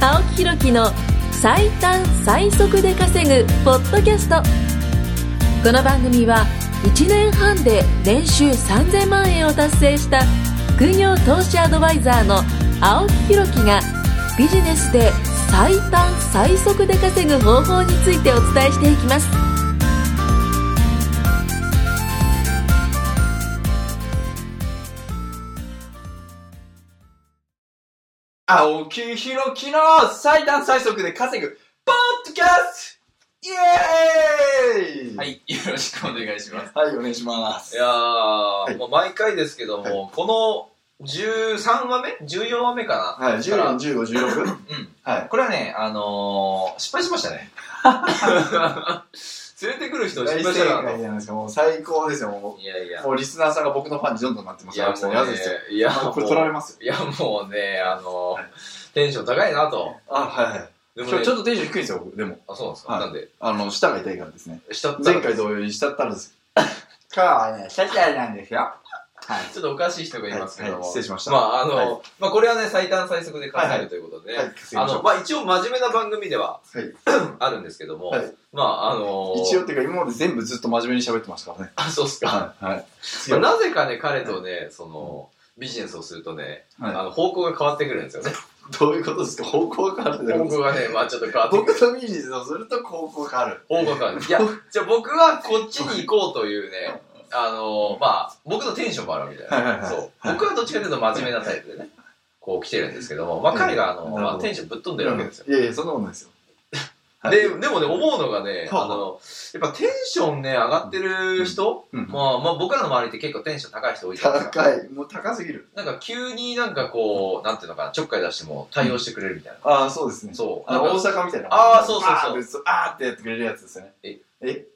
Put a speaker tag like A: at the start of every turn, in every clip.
A: 青木ひろきの最短最速で稼ぐポッドキャストこの番組は1年半で年収3000万円を達成した副業投資アドバイザーの青木ひろきがビジネスで最短最速で稼ぐ方法についてお伝えしていきます
B: 青木ひろきの最短最速で稼ぐポッドキャストイエーイ、
C: はいい、よろしくお願いします。
B: はい、お願いします
C: いやー、
B: い
C: もう毎回ですけども、この13話目 ?14 話目かな
B: はい、
C: か
B: 14、
C: ら
B: 15、16?
C: うん。
B: はい
C: これはね、あのー、失敗しました ね。連れてくる人を
B: 大
C: 失
B: 正
C: 敗したから
B: 解
C: ね。
B: じゃないですか、もう最高ですよ、も
C: いやいや
B: う。。もうリスナーさんが僕のファンにどんどんなってます
C: いや、
B: 青木さんや
C: もう
B: だ
C: ね
B: ですよ。、
C: いや、
B: あ
C: もう
B: これ取られますよ。
C: いや、もうね、あのー、テンション高いなと。
B: あ、はいはい。
C: でも
B: 今日
C: ね、
B: ちょっとテンション低いんですよ、僕でも。
C: あ、そうなんです
B: は
C: か。
B: い
C: なんで、
B: あの、舌が痛いからですね。
C: 下ったら
B: 前回同様に舌ったらです。かね、舌たなんですよ。はい。
C: ちょっとおかしい人がいますけど
B: はい
C: も。
B: はい失礼しました
C: まあ、あの、
B: はい
C: まあ、これはね、最短最速で
B: は
C: 稼
B: いは
C: げ
B: い
C: るということで、
B: はい稼ぎま
C: あ
B: しょう
C: の、まあ、一応真面目な番組では
B: はい、
C: あるんですけども、
B: はい
C: まあ、あの
B: 一応っていうか、今まで全部ずっと真面目に喋ってましたからね。
C: あ、そうっすか。
B: はい。はい。
C: まあなぜかね、彼とね、その、ビジネスをするとね、
B: はい
C: あの、方向が変わってくるんですよね。
B: どういうことですか方向変わるってどういうこ
C: 方
B: と
C: 向がね、まあ、ちょっと変わってく
B: 僕
C: る。
B: とビジネスをすると方向変わる。
C: 方向が変わる。いや、じゃあ僕はこっちに行こうというね、あのまあ、僕のテンションもあるみたいな。
B: はいはいはい
C: そう。僕はどっちかというと真面目なタイプでね、こう来てるんですけども、まあ、彼があの、
B: なるほ
C: まあ、
B: ど
C: テンションぶっ飛んでるわけですよ。
B: いやいや、そんなことないですよ。 はい
C: で、でもね、思うのがね、
B: はあ
C: あの、やっぱテンションね、上がってる人、
B: うん
C: まあ、まあ僕らの周りって結構テンション高い人多いじゃないですか。
B: 高い。もう高すぎる。
C: なんか急になんかこう、なんていうのかな、ちょっかい出しても対応してくれるみたいな。
B: ああ、そうですね。
C: そう。
B: あの、
C: なん
B: 大
C: か
B: 阪みたいな。
C: あーそうそうそう
B: バーってあーってやってくれるやつですよね。
C: え
B: え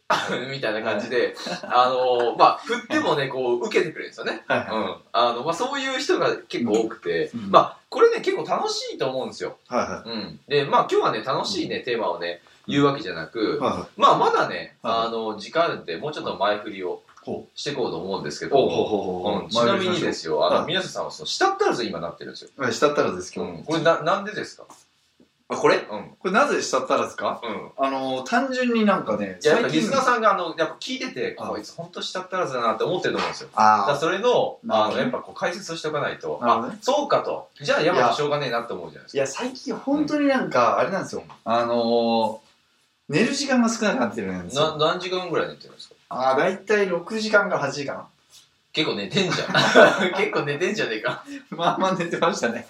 C: みたいな感じで、あの、まあ、振ってもね、こう、受けてくれるんですよね。
B: はいは
C: う
B: い。
C: ん。あの、まあ、そういう人が結構多くて、
B: うん
C: まあ、これね、結構楽しいと思うんですよ。
B: はいは
C: うん。で、まあ、今日はね、楽しいね、テーマをね、言うわけじゃな
B: い。、
C: く
B: はいはい。
C: まあ、まだね、
B: はい
C: あの、時間あるんで、もうちょっと前振りを
B: ほ
C: していこうと思うんですけ
B: う。
C: ど
B: ほう
C: も、
B: ほうほうほ
C: う、
B: うん
C: ちなみにで。すよ、あの、
B: はい
C: 宮下さんはその、下ったらず今なってるんですよ。
B: はい、したったらずです、
C: う
B: 今
C: ん。
B: 日。
C: これな、なんでですか
B: あ、これ
C: うん。うん。
B: これなぜしたったらですかあのー、単純になんかね、
C: いややっぱ
B: 最
C: リ
B: 近
C: スナーさんが、あの、やっぱ聞いてて、
B: あ
C: こいつ本当下ったらずだなって思ってると思うんですよ。だから
B: あ
C: それの、
B: なる
C: あ
B: ほど
C: の、
B: ね
C: やっぱこう解説をしておかないと、
B: なるほど
C: あ、そうかと。じゃあ、やっぱしょうがねえなって思うじゃないで
B: ー
C: す
B: いや、最近本当になんか、あれなんですよ。あのー、寝る時間が少なくなってるんですよ
C: か。。な、何時間ぐらい寝てるんですか
B: ああ、だいたい6時間から8時間。
C: 結構寝てんじ ゃん。結構寝てんじゃねえか。
B: まあまあ寝てましたね。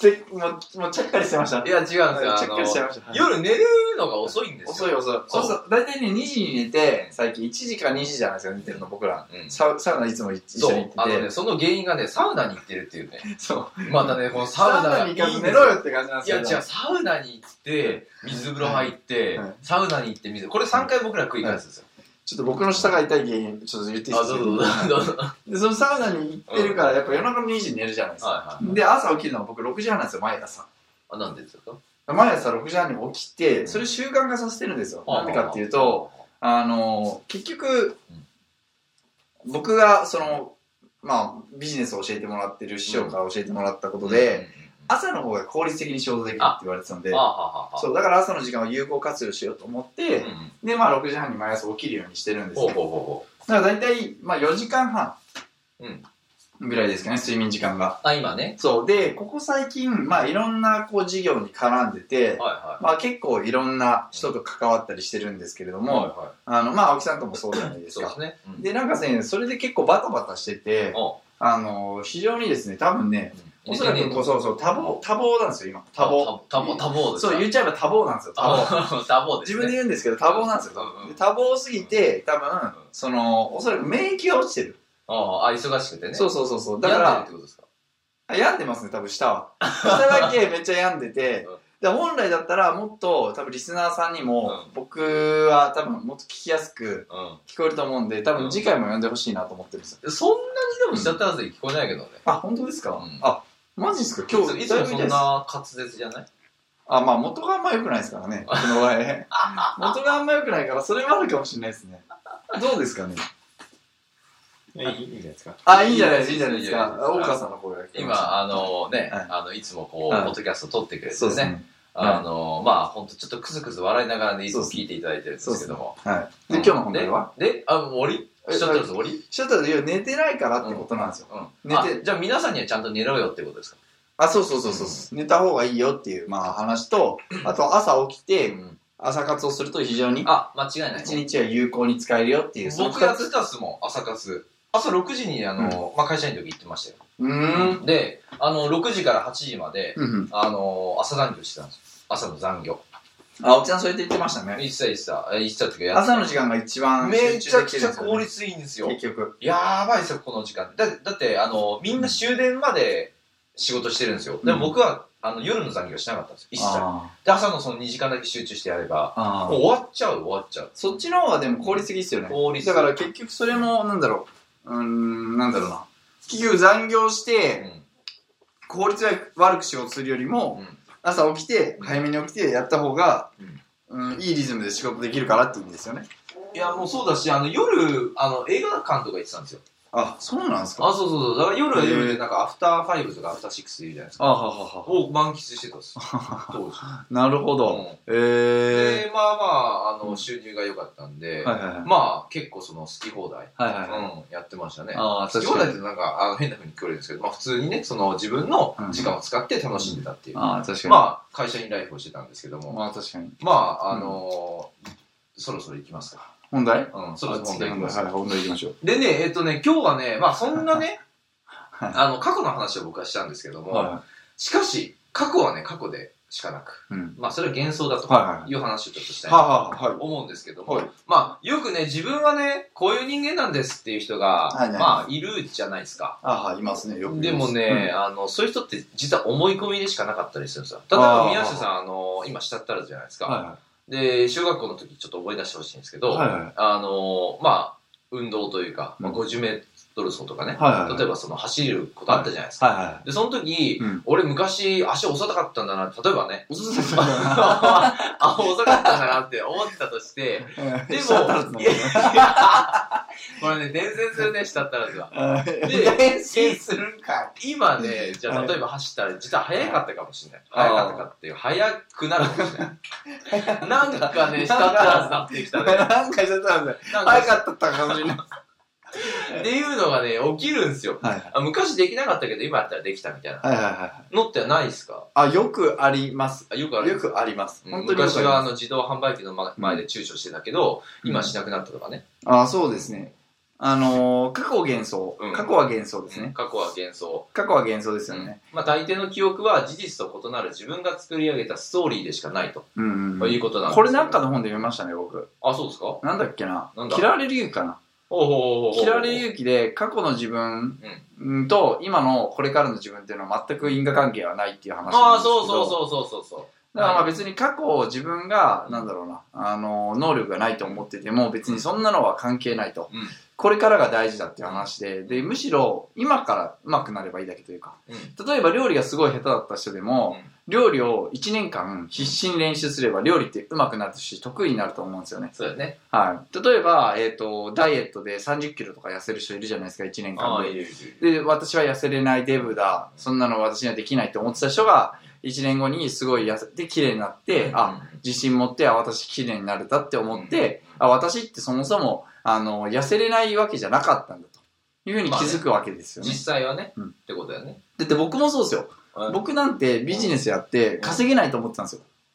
B: でもう、もうちゃっかりしてました。
C: いや、違うんですよ。
B: はいちゃっかりしちゃい
C: あ
B: ました。
C: の、夜寝るのが遅いんですよ。
B: 遅い遅い。
C: そう
B: 遅い大体ね、2時に寝て、最近1時か2時じゃないですか、寝てるの、僕ら。
C: うん。
B: サウサウナいつも一
C: そ
B: 緒に行っ
C: う
B: て。て。
C: あのね、その原因がね、サウナに行ってるっていう ね。
B: そう。
C: またね、このサ
B: サ
C: ウ
B: ウ
C: ナ
B: ナ
C: がい
B: に
C: いん
B: 行かず寝
C: です
B: ろ
C: よ。
B: よって感じなんです
C: いや、
B: け
C: 違
B: ど。
C: う、サウナに行って、水風呂入って
B: はい、
C: サウナに行って水、これ3回僕ら繰り返すんですよ。
B: ちょっと僕の舌が痛い原因、ちょっと言っていい
C: あ、どうぞどうぞどうぞ。は
B: で、そのサウナに行ってるから、やっぱ夜中の2時に寝るじゃないで
C: い
B: すか。
C: はい。
B: で、朝起きるのが僕6時半なんですよ、毎朝。
C: あ、なんでですか
B: 毎朝6時半に起きて、それ習慣化させてるんですよ。なんでかっていうと、、あの結局、僕がその、まあ、ビジネスを教えてもらってる師匠から教えてもらったことで、
C: あ
B: 朝の方が効率的に仕事できるって言われてたんで
C: ははは。
B: そうだから朝の時間を有効活用しようと思って、
C: うんうん
B: で、まあ、6時半に毎朝起きるようにしてるんです
C: ほう
B: よ
C: ほう
B: だ
C: ほうほ
B: から大体、まあ、4時間半
C: う。うん。
B: ぐらいですかね睡眠時間が
C: あ、今ね。
B: そうでここ最近、まあ、いろんなこう事業に絡んでて、
C: はいは
B: まあ、結構いろんな人と関わったりしてるんですけれど
C: い。
B: も、
C: は
B: あのまあ青木さんともそうじゃないで
C: い。
B: す
C: そうで
B: か
C: すね。うん
B: で、なんかね、それで結構バタバタしてて、
C: お
B: あの、非常にですね、多分ね、おそらくこう、そうそう、多忙、多忙なんですよ、今。多忙。
C: 多忙。多忙ですか。
B: そう、言っちゃえば多忙なんですよ、多忙。
C: あ多忙です。
B: 自分で言うんですけど、多忙なんですよ
C: うんうん。
B: で多忙すぎて、多分、その、おそらく免疫が落ちてる。
C: ああ、忙しくてね。。
B: そううそうそうそう。だ
C: だか、
B: から
C: っ
B: ら
C: て、ことですか。
B: あ病んでますね、多分、下は。下だけめっちゃ病んでて
C: うん、
B: で本来だったら、もっと、多分、リスナーさんにも
C: う、
B: 僕は多分、もっと聞きやすく
C: う
B: 聞こえると思うんで、多
C: う
B: 分、
C: ん
B: 次回も呼んでほしいなと思ってるんですよ。
C: ん。そんなにでもしちゃったらずに聞こえないけどね。
B: あ、本当ですか、
C: うん
B: あ、マジですか今
C: 今
B: 日、
C: 日いつもそ
B: だ
C: ん
B: いぶ痛いです
C: な滑舌じゃない
B: あ、まあ、元があんま良くないですからね。この場合ね。元があんま良くないから、それもあるかもしれないですね。どうですかね。
D: いいいいんじゃないですか。
B: あ、いいんじゃないですか。いいんじゃないです
C: いいんじゃな
B: か。
C: いですか
B: 大川さんの声が聞こえました
C: 今、あのね
B: はい、
C: あの、いつもこ
B: は
C: う、
B: い
C: ポッドキャスト撮ってくれ
B: そうで
C: て
B: す
C: ね。
B: ね。
C: あの、まあ、本当ちょっとクスクス笑いながらね、いつも聞いていただいてるんですけども。
B: はい。で、今日の本題は
C: で、であ、もう終わ
B: え
C: りしちゃったんです、終わり
B: ちょっといや寝てないからってことなんですよ。
C: う
B: 寝
C: ん。あ
B: て
C: じゃあ皆さんにはちゃんと寝ろよってことですか
B: あ、そうそうそうそう。寝た方がいいよっていう、まあ話と、あと朝起きて、
C: ん。
B: 朝活をすると非常に、
C: あ、間違いない
B: 一
C: ね。
B: 日は有効に使えるよっていう、その
C: 僕や
B: 二
C: って
B: つ。
C: たっすもん、朝活。朝6時に、あの、まあ、会社員の時行ってましたよ。
B: うーん。
C: で、あの、6時から8時まで、
B: うんうん
C: あの、朝残業してたんですよ。朝の残業。
B: あ、おっちゃんそうやって言ってましたね。
C: 一切一切、え一切っていうかやってた
B: 朝の時間が一番
C: め
B: 集
C: ちゃ
B: 中で
C: く
B: きるん
C: ち
B: で
C: ゃ
B: す
C: 効
B: よ、ね。
C: 率いいんですよ。
B: 結局。
C: やばいですよ、この時間。だだって、あの、みんな終電まで仕事してるんですよ。でも僕は、あの、夜の残業しなかったんですよ。一切。
B: あー
C: で、朝のその2時間だけ集中してやれば、
B: あ
C: もう
B: ー。
C: 終わっちゃう、終わっちゃう。
B: そっちの方がでも効率的ですよね。
C: 効率。
B: だから結局それも、なんだろう。うーん、なんだろうな。結局残業して、
C: うん、
B: 効率悪く仕事するよりも、
C: うん
B: 朝起きて早めに起きてやった方が、うんいいリズムで仕事できるからって意味ですよね
C: いや、もうそうだし、あの、夜、あの、映画館とか行ってたんですよ。
B: あそうなんですか
C: あ、そうそうそう。だから夜は夜
B: へ
C: で、
B: ー
C: なんか、アフターファイブとかアフターシックスいるじゃないですか。
B: あははは
C: を満喫してたんですよ。当時。
B: なるほど、
C: うん
B: え
C: で、まあまあ、あの、収入が良かったんで、
B: ー、はいはいはい
C: まあ、結構その、好き放題。
B: はいはいはい
C: うん、やってましたね。
B: ああ
C: 好
B: 確
C: き放
B: か
C: 題っ
B: に
C: てなんかあの変な風に聞こえるんですけど、まあ普通にね、その自分の時間を使って楽しんでたっていう。
B: あー確かに
C: まあ会社員ライフをしてたんですけど
B: あ
C: も、
B: まあ確かに
C: まああのーそろそろ行きますか。
B: 本題
C: うん、そろそ
B: あ
C: ろ本題行きます。
B: はい本題いきましょう
C: でね、えっとね、今日はね、まあそんなね、
B: はい
C: あの過去の話を僕はしたんですけども、
B: は
C: しかし、過去はね、過去でしかなく、
B: いうん
C: まあそれは幻想だと
B: はいはい
C: いう話をちょっとしたい
B: は
C: な
B: あはあはい
C: と思うんですけども、
B: はい
C: まあよくね、自分はね、こういう人間なんですっていう人が、
B: はいはい
C: まあいるじゃないですか。
B: あはいいますねよく
C: でもね、、あの、そういう人って実は思い込みでしかなかったりするんですよ。例えば
B: あー
C: 宮下さん、あの、今下ったらじゃないです
B: う
C: か。
B: んは
C: で、小学校の時ちょっと思い出してほしいんですけ
B: い
C: ど、
B: はいはいはい
C: あの、まあ、運動というか、まあ、
B: うん
C: 50メートル走とかね、
B: はいはい
C: 例えばその走ることあったじゃないですか。
B: はいは
C: で、その時、
B: うん、
C: 俺昔足遅かったんだな、例えばね
B: い遅さが
C: あ、遅かったんだなって思ってたとして、でも、いやいやこれね、伝染するね、下ったらずは。で
B: 練習するんか
C: 今ね、じゃ
B: は
C: あ
B: い
C: 例えば走ったら、実は速かったかもしれない。
B: あー
C: 速かったかっていう、速くなるかもしれない。なんかね、下ったらずなってき
B: い
C: たね。
B: なんかしちゃったんだよ
C: なん
B: 早
C: か、
B: かったかもしれない
C: っていうのがね、起きるんですよ。
B: はい
C: あ昔できなかったけど、今やったらできたみたいな
B: はいはいはい。
C: のってないですか
B: あ、よくあります。
C: あよくある
B: よくあります。
C: うん
B: 本当によく
C: 昔はあ
B: あり
C: の自動販売機のま前で躊躇してたけど、
B: うん
C: 今しなくなったとかね。
B: ます、あ、そうですね。あのー、過去幻想
C: うん。
B: 過去は幻想ですね。
C: 過去は幻想。
B: 過去は幻想ですよ
C: うん
B: ね。
C: まあ大抵の記憶は事実と異なる自分が作り上げたストーリーでしかないと
B: うんうんうん
C: いうことなんです
B: こ
C: よ
B: れなんかの本で読みましたね、僕。
C: あ、そうですか
B: なんだっけな
C: なん。だ
B: 嫌われる勇気かな。
C: おうおうおうおう
B: 嫌われる勇気で、過去の自分うんと今のこれからの自分っていうのは全く因果関係はないっていう話なんですけど。
C: ああ、そうそうそうそうそうそう。
B: だからまあ別に過去を自分が、なんだろうな、あの、能力がないと思ってても別にそんなのは関係ないと。
C: うん
B: これからが大事だっていう話で、で、むしろ今から上手くなればいいだけというか、
C: うん
B: 例えば料理がすごい下手だった人でも、
C: うん
B: 料理を1年間必死に練習すれば料理って上手くなるし、得意になると思うんですよね。
C: そうだね。
B: はい。例えば、えっ、と、ダイエットで30キロとか痩せる人いるじゃないですか、1年間で。
C: いるいる。
B: で、私は痩せれないデブだ、そんなの私にはできないって思ってた人が、1年後にすごい痩せて綺麗になって、あ、、自信持って、あ、私綺麗になれたって思って、あ、私ってそもそも、あの、痩せれないわけじゃなかったんだと。いうふうに気づくわけですよね。
C: 実際はね、
B: うん
C: ってことだよね。
B: だって僕もそうですよ。
C: あ、
B: 僕なんてビジネスやって稼げないと思ってたんです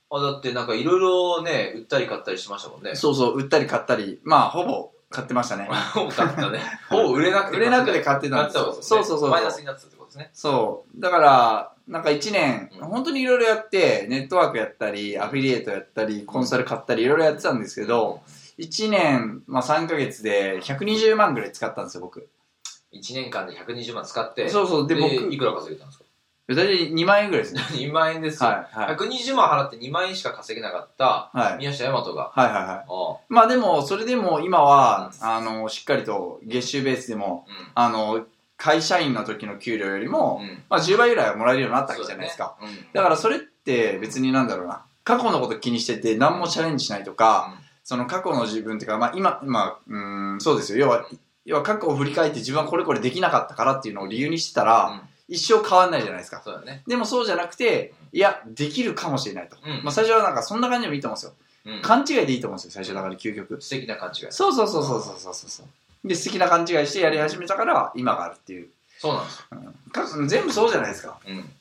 B: よ。
C: だってなんかいろいろね、売ったり買ったりしましたも んね。
B: そうそう、売ったり買ったり、まあ、ほぼ買ってましたね。
C: う。買ったね。 ほぼ売れなくて。
B: 売れなくて
C: 買っ
B: 買って
C: て
B: たん
C: た
B: です
C: こと
B: よ。
C: です
B: そ
C: ね
B: うそうそう。
C: マイナスになってたってことですね。
B: そう。だから、なんか一年、
C: うん
B: 本当にいろいろやって、ネットワークやったり、アフィリエイトやったり、コンサル買ったり、いろいろやってたんですけど、一年、まあ3ヶ月で120万ぐらい使ったんですよ、僕。
C: 1年間で120万使って、
B: そうそう。で、
C: で、
B: 僕、
C: いくら稼げたんです か
B: 大体2万円ぐらいですね。
C: ?2 万円ですよ。
B: はい、はい。
C: 120万払って2万円しか稼げなかった
B: はい。はい
C: 宮下大和が、
B: はいは
C: あ
B: い。まあでも、それでも今は、
C: うん
B: あの、しっかりと月収ベースでも、
C: あ
B: あの、会社員の時の給料よりも
C: う、ん。
B: まあ10倍ぐらいはもらえるようにな
C: あ
B: ったわけじゃないですか。。
C: うん。
B: だからそれって別になんだろうな。過去のこと気にしてて何もチャレンジしないとか、その過去の自分っていうか、まあ今、まあ、うーん、そうですよ。要は、要は過去を振り返って自分はこれこれできなかったからっていうのを理由にしてたら、
C: うん
B: 一生変わんないじゃないですか。
C: そうだね。
B: でもそうじゃなくて、いや、できるかもしれないと。
C: うん
B: まあ最初はなんかそんな感じでもいいと思うんですよ。
C: うん。
B: 勘違いでいいと思うんですよ、最初だから究極。
C: 素敵な勘違い。
B: そうそうそうそうそうそうそう。で、素敵な勘違いしてやり始めたから、今があるっていう。
C: そうなんですよ。
B: か全部そうじゃないですか。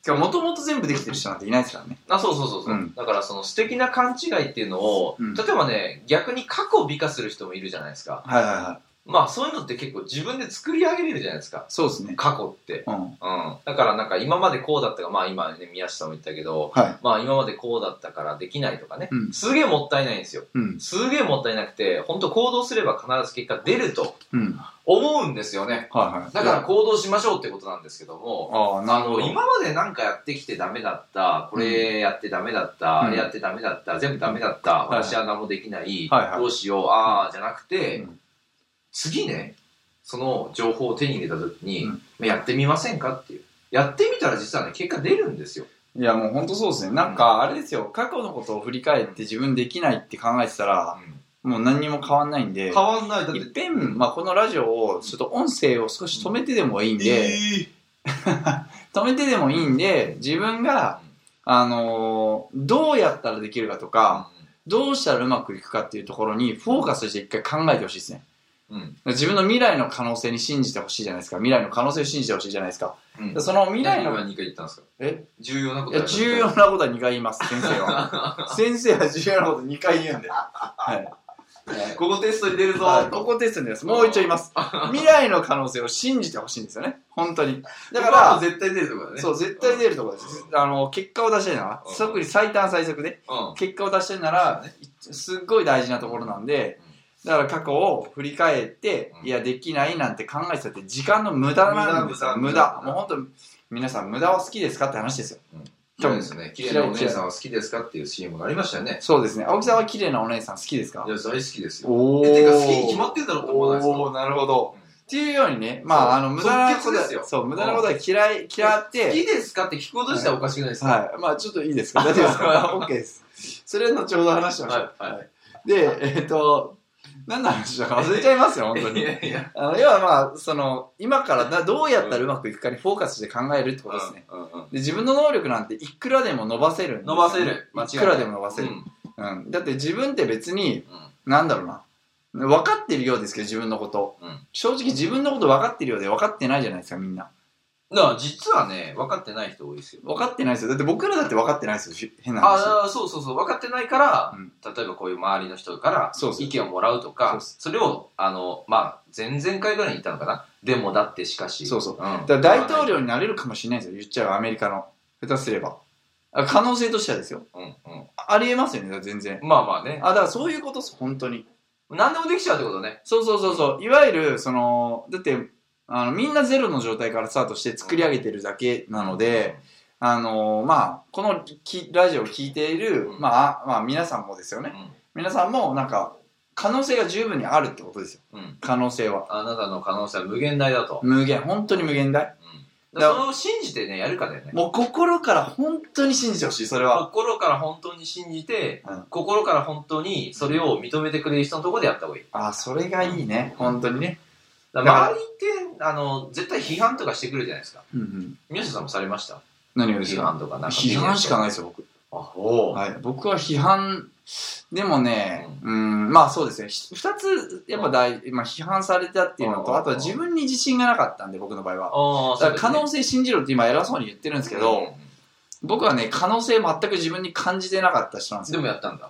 C: うん。
B: もともと全部できてる人なんていないですからね。
C: あ、そうそうそうそう、
B: うん
C: だからその素敵な勘違いっていうのを、
B: うん
C: 例えばね、逆に過去を美化する人もいるじゃないですか。
B: はいはいはい。
C: まあそういうのって結構自分で作り上げれるじゃないですか。
B: そうですね。
C: 過去って。
B: うん。
C: うん。だからなんか今までこうだったが、まあ今ね、宮下も言ったけど、
B: はい。
C: まあ今までこうだったからできないとかね。
B: うん。
C: すげえもったいないんですよ。
B: うん。
C: すげえもったいなくて、本当行動すれば必ず結果出ると
B: うん。
C: 思うんですよね。
B: はいはい。
C: だから、行動しましょうってことなんですけども、
B: ああ、な
C: あ
B: るほ
C: の
B: ど。
C: 今までなんかやってきてダメだった、これやってダメだった、
B: うん
C: あれやってダメだった、全部ダメだった、
B: はい
C: 私は何もできない、
B: はいはい
C: どうしよう、ああ、じゃなくて、
B: うん
C: 次ね、その情報を手に入れた時に、
B: うん
C: まあやってみませんかっていう。やってみたら実はね、結果出るんですよ。
B: いやもう本当そうですね。なんか、あれですよ、過去のことを振り返って自分できないって考えてたら、もう何にも変わんないんで、
C: 変わんない。だって
B: いっ、ぺん、まあ、このラジオを、ちょっと音声を少し止めてでもいいんで、
C: え
B: 止めてでもいいんで、自分が、あのーどうやったらできるかとか、どうしたらうまくいくかっていうところにフォーカスして一回考えてほしいですね。
C: ーうん
B: 自分の未来の可能性に信じてほしいじゃないですか。未来の可能性を信じてほしいじゃないですか。
C: うん
B: でその未来
C: 何
B: の、
C: 今2回言ったんですか
B: え
C: 重要なこ
B: い
C: と
B: や、重要なことは2回言います、先生 は。先生は重要なこと2回言うんで。はい。
C: ここテストに出るぞ、
B: はいここテストです。もう一度言います。未来の可能性を信じてほしいんですよね。本当に。だか
C: ここは
B: ら、
C: 絶対出るとこだね
B: そう、絶対出るところです。あの、結果を出したいなら
C: う、ん
B: 特に最短最速で、
C: うん
B: 結果を出したいなら、すっごい大事なところなんで、だから過去を振り返って、
C: うん
B: いや、できないなんて考えてたって、時間の無駄なんですよ。無
C: 無
B: 駄
C: 駄無駄。
B: もう本当、皆さん無駄は好きですかって話ですよ。
C: そうですね。綺麗なお姉さんは好きですかっていう CM がありましたよね。
B: そうですね。青木さんは綺麗なお姉さん好きですか
C: いや、大好きですよ。
B: お
C: えてか、好きに決まってるだろうと思わないですか
B: おーなるほど。
C: うん
B: っていうようにね、まあ、あの、無駄なこと
C: 即決ですよ
B: そう、無駄なことは嫌い、嫌っ
C: 好き
B: て、
C: ですかって聞くこと自体おかしくないですか、
B: はい。まあ、ちょっといい ですか大丈夫ですか ?OK です。それのちょうど話しましょう。
C: はいは
B: で、えっ、と、何の話だか忘れちゃい ますよ、本当
C: い
B: に。
C: やいや。
B: あの、要はまあ、その、今からなどうやったらうまくいくかにフォーカスして考えるってことですね。
C: うんうんうん
B: で、自分の能力なんていくらでも伸ばせるんですよ
C: 伸ばせる。間違
B: い
C: い
B: くらでも伸ばせる
C: う。ん
B: うん。だって自分って別に、
C: うん
B: なんだろうな。分かってるようですけど、自分のこと。
C: うん
B: 正直自分のこと分かってるようで分かってないじゃないですか、みんな。
C: だから実はね、分かってない人多いですよ。
B: 分かってないですよ。だって僕らだって分かってないですよ、し変な話。
C: ああ、そうそうそう、分かってないから、
B: うん
C: 例えばこういう周りの人から
B: そうそう
C: 意見をもらうと
B: そう
C: か、
B: で
C: それを、あの、まあ、前々回ぐらいに言ったのかな。でもだってしかし。
B: そうそうん
C: だ
B: だから大統領になれるかもしれないですよ、言っちゃえば、アメリカの。下手すれば。あ可能性としてはですよ。
C: うんうん。
B: あありえますよね、だから全然。
C: まあまあね。
B: あ、だからそういうことです、本当に。
C: 何でもできちゃうってことね。
B: そうそうそうそう。いわゆる、その、だって、あの、みんなゼロの状態からスタートして作り上げてるだけなので、あのまあ、このきラジオを聞いている、
C: うん
B: まあ、あまあ、皆さんもですよね。皆さんも、なんか、可能性が十分にあるってことですよ。
C: うん。うん。
B: 可能性は。
C: あなたの可能性は無限大だと。
B: 無限、本当に無限大。
C: うん。だからそれを信じてね、やるかだよね。
B: もう心から本当に信じてほしい、それは。
C: 心から本当に信じて、
B: うん
C: 心から本当にそれを認めてくれる人のところでやった方がいい。
B: あ、それがいいね、本当にね。
C: だから周りって、あの、絶対批判とかしてくるじゃないですか。
B: うんうん。
C: 宮下さんもされました
B: 何がです
C: 批
B: か
C: 判とかなんか。
B: 批判しかないですよ、僕。
C: あ、おう。
B: はい、僕は批判、でもね、うん、まあそうですね、ひ二つ、やっぱ大、まあ批判されたっていうの
C: う
B: と、
C: ん
B: あとは自分に自信がなかったんで、僕の場合は。
C: ああ、
B: だから可
C: 性
B: 能性信じろって今偉そうに言ってるんですけど、、僕はね、可能性全く自分に感じてなかった人なんです
C: で
B: よ。
C: もやったんだ。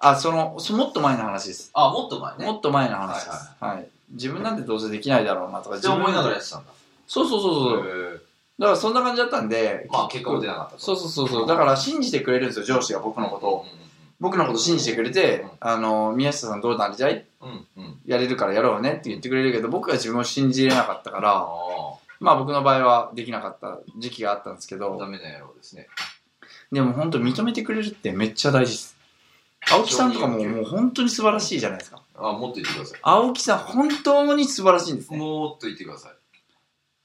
B: あ、その、そもっと前の話です。
C: あ、もっと前ね。
B: もっと前の話です。はい。自分なんてどうせできないだろうなとか、
C: って思いながらや
B: ら。
C: ってたんだ。
B: そうそうそうそう。
C: へえ
B: だからそんな感じだったんで、
C: まあ結果も出なかったと。
B: そうそうそうそう。だから信じてくれるんですよ、上司が僕のことを。僕のこと信じてくれて
C: うん、
B: あの、宮下さんどうなりたい
C: うん。うんうんうん。
B: やれるからやろうねって言ってくれるけど、僕は自分を信じれなかったか
C: あ
B: ら、
C: あ
B: まあ僕の場合はできなかった時期があったんですけ
C: ー、ダ
B: ど、
C: メな野郎ですね。
B: でも本当認めてくれるってめっちゃ大事です。青木さんとかも
C: 承認欲求
B: もう本当に素晴らしいじゃないですか。
C: あ、もっと言ってくださ
B: 青木さん本当に素晴らしいんです
C: い。
B: ね。
C: もっと言ってください。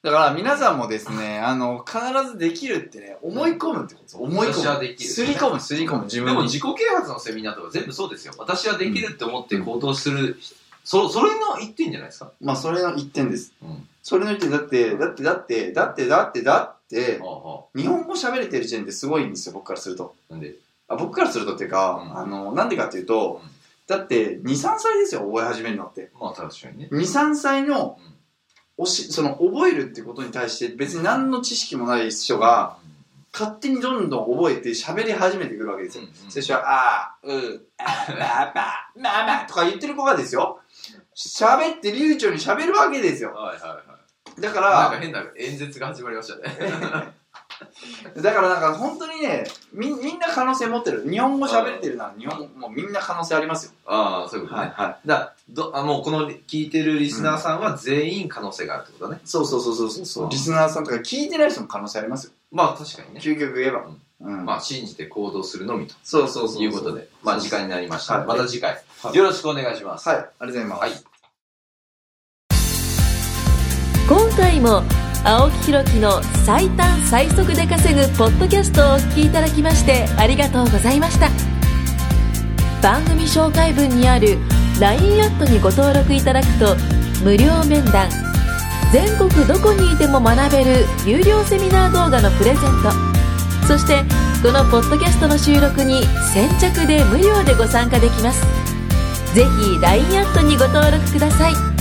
B: だから皆さんもですね、あの、必ずできるってね、思い込むってことです。思い
C: 私は
B: 込
C: でき
B: む。
C: る
B: すり込む、すり込む、自
C: で
B: 分
C: も
B: に。
C: 自己啓発のセミナーとか全部そうですよ。私はできるって思って行動するそ、それの一点じゃないですか。
B: まあ、それの一点です。
C: うん。
B: それの一点、だって、だって、だって、だって、だって、だって
C: あ、あ、
B: 日本語喋れてる時点ですごいんですよ、僕からすると。
C: なんで。
B: あ僕からするとっていうか、
C: うん
B: あの、なんでかっていうと、
C: うん
B: だって、2、3歳ですよ、覚え始めるのって。
C: まあ、確かにね。
B: 2、3歳の
C: うん、
B: おし、その、覚えるってことに対して、別に何の知識もない人が、勝手にどんどん覚えて喋り始めてくるわけですよ。
C: うん、
B: 最初は、あー、うー、あー、ばーばー、まあまあとか言ってる子がですよ。喋って流暢に喋るわけですよ。
C: はいはいはい。
B: だか、
C: なんから変な演説が始まりましたね。
B: だからなんか本当にね、み、みんな可能性持ってる。日本語喋れてるなら日本語、もうみんな可能性ありますよ。
C: ああ、そういうことね。
B: は
C: だからどあもうこの聞いてるリスナーさんは全員可能性があるってことだね。
B: い。そうそうそうそうそう
C: うん
B: リスナーさんとか聞いてない人も可能性ありますよ。
C: まあ確かにね。
B: 究極言えば。うん
C: まあ信じて行動するのみと
B: そうそうそうそう。
C: いうことで、まあ時間になりました。
B: はい
C: また次回、
B: はい
C: よろしくお願いします。
B: はい、ありがとうございます。
C: はい
A: 今回も青木ひろきの最短最速で稼ぐポッドキャストをお聞きいただきましてありがとうございました番組紹介文にある LINE アットにご登録いただくと無料面談全国どこにいても学べる有料セミナー動画のプレゼントそしてこのポッドキャストの収録に先着で無料でご参加できますぜひ LINE アットにご登録ください